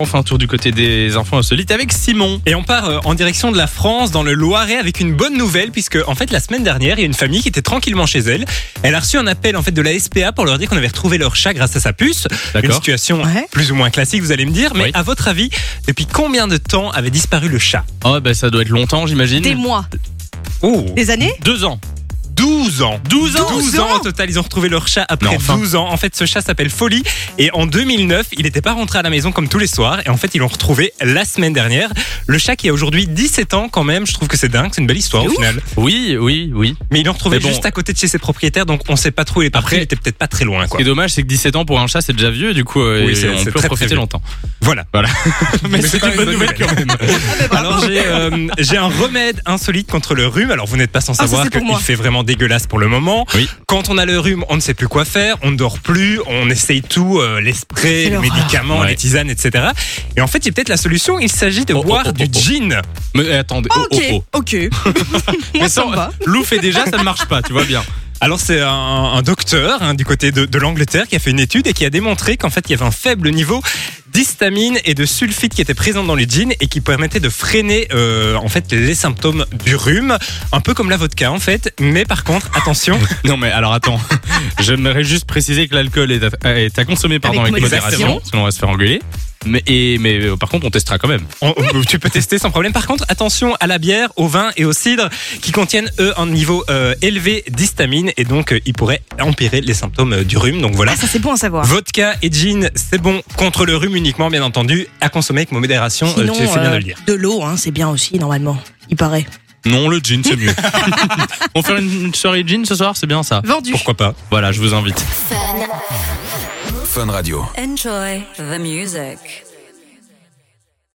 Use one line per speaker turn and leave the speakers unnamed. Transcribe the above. Enfin, tour du côté des enfants insolites avec Simon.
Et on part euh, en direction de la France, dans le Loiret, avec une bonne nouvelle, puisque en fait la semaine dernière, il y a une famille qui était tranquillement chez elle. Elle a reçu un appel en fait de la SPA pour leur dire qu'on avait retrouvé leur chat grâce à sa puce. Une
D'accord.
situation
Ouais.
plus ou moins classique, vous allez me dire. Mais
Oui.
à votre avis, depuis combien de temps avait disparu le chat
Oh, bah ça doit être longtemps, j'imagine.
Mm.
Des mois,
Oh
des années
Deux ans.
12 ans 12
ans
12 ans au total, ils ont retrouvé leur chat après
Mais enfin.
12 ans. En fait, ce chat s'appelle Folie et en 2009, il n'était pas rentré à la maison comme tous les soirs et en fait, ils l'ont retrouvé la semaine dernière. Le chat qui a aujourd'hui 17 ans quand même, je trouve que c'est dingue, c'est une belle histoire au
Ouf.
final.
Oui, oui, oui.
Mais ils l'ont retrouvé
Mais bon.
juste à côté de chez ses propriétaires, donc on sait pas trop où il est parti,
Après-
il était peut-être pas très loin
Ce
quoi.
qui est dommage, c'est que 17 ans pour un chat, c'est déjà vieux, du coup, euh,
Oui,
et
c'est-
on
c'est
peut
très,
en profiter
très vieux.
longtemps.
Voilà.
Voilà.
Mais, c'est
quand même
une bonne nouvelle quand même. Alors j'ai euh, j'ai un remède insolite contre le rhume. Alors vous n'êtes pas sans
ça,
savoir
c'est pour
qu'il
moi.
fait vraiment dégueulasse pour le moment.
Oui.
Quand on a le rhume, on ne sait plus quoi faire, on ne dort plus, on essaye tout, euh, les sprays,
C'est
les
l'horreur.
médicaments,
Ouais.
les tisanes, etc. Et en fait, il y a peut-être la solution. Il s'agit de
Oh, oh,
boire
oh,
du
oh, oh.
gin.
Mais attendez, oh,
Ah, Ok,
oh, oh.
ok. Moi,
Mais
ça me va.
Lou fait déjà, ça ne marche pas, tu vois bien.
Alors c'est un, un docteur hein, du côté de, de l'Angleterre qui a fait une étude et qui a démontré qu'en fait il y avait un faible niveau d'histamine et de sulfite qui était présent dans les jeans et qui permettait de freiner euh, en fait les symptômes du rhume, un peu comme la vodka en fait. Mais par contre attention,
Non, mais alors attends, j'aimerais juste préciser que l'alcool est à, est à consommer pardon, avec,
Avec
modération,
modération.
sinon on va se faire engueuler. Mais, et, mais euh, par contre, on testera quand même.
on- tu peux tester sans problème. Par contre attention à la bière, au vin et au cidre qui contiennent eux un niveau euh, élevé d'histamine et donc euh, ils pourraient empirer les symptômes euh, du rhume. Donc voilà.
Ah, ça c'est bon à savoir.
Vodka et gin, c'est bon contre le rhume uniquement, bien entendu, à consommer avec modération. euh,
Sinon,
tu fais bien de
euh,
le dire.
de l'eau, hein, c'est bien aussi normalement. Il paraît.
Non, le gin, c'est mieux. on fait une une soirée gin ce soir, c'est bien ça.
Vendu.
Pourquoi pas
Voilà, je vous invite.
Enjoy the music.